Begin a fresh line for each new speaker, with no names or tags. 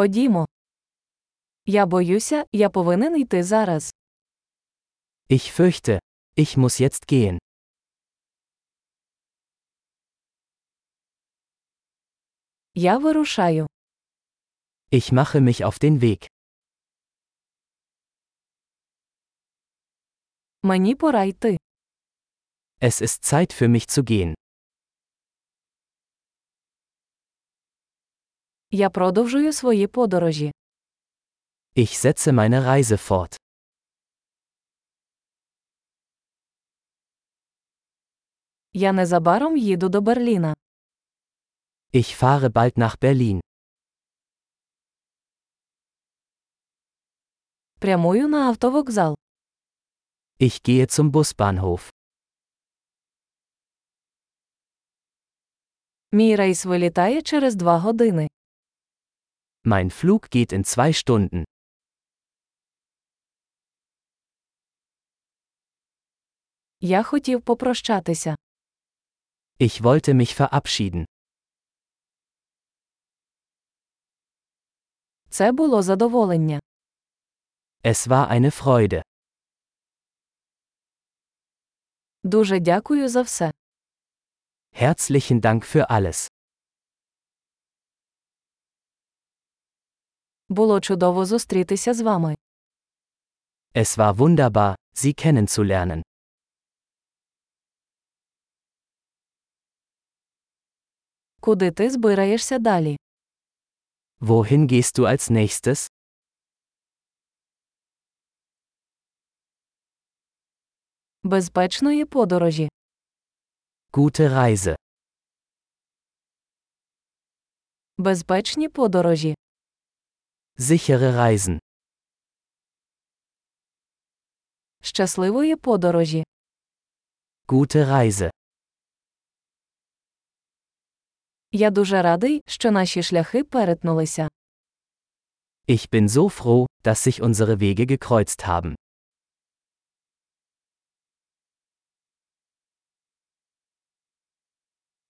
Ходімо. Я боюся, я повинен йти зараз.
Ich fürchte, ich muss jetzt gehen.
Я вирушаю.
Ich mache mich auf den Weg.
Мені пора йти.
Es ist Zeit für mich zu gehen.
Я продовжую свої подорожі.
Ich setze meine Reise fort.
Я незабаром їду до Берліна.
Ich fahre bald nach Berlin.
Прямую на автовокзал.
Ich gehe zum Busbahnhof.
Мій рейс вилітає через два години.
Mein Flug geht in zwei Stunden.
Я хотів попрощатися.
Ich wollte mich verabschieden.
Це було задоволення.
Es war eine Freude.
Дуже дякую за все.
Herzlichen Dank für alles.
Було чудово зустрітися з вами.
Es war wunderbar, Sie kennenzulernen.
Куди ти збираєшся далі?
Wohin gehst du als nächstes?
Безпечної подорожі.
Gute Reise.
Безпечні подорожі.
Sichere Reisen.
Щасливої подорожі.
Gute Reise.
Я дуже радий, що наші шляхи перетнулися.
Ich bin so froh, dass sich unsere Wege gekreuzt haben.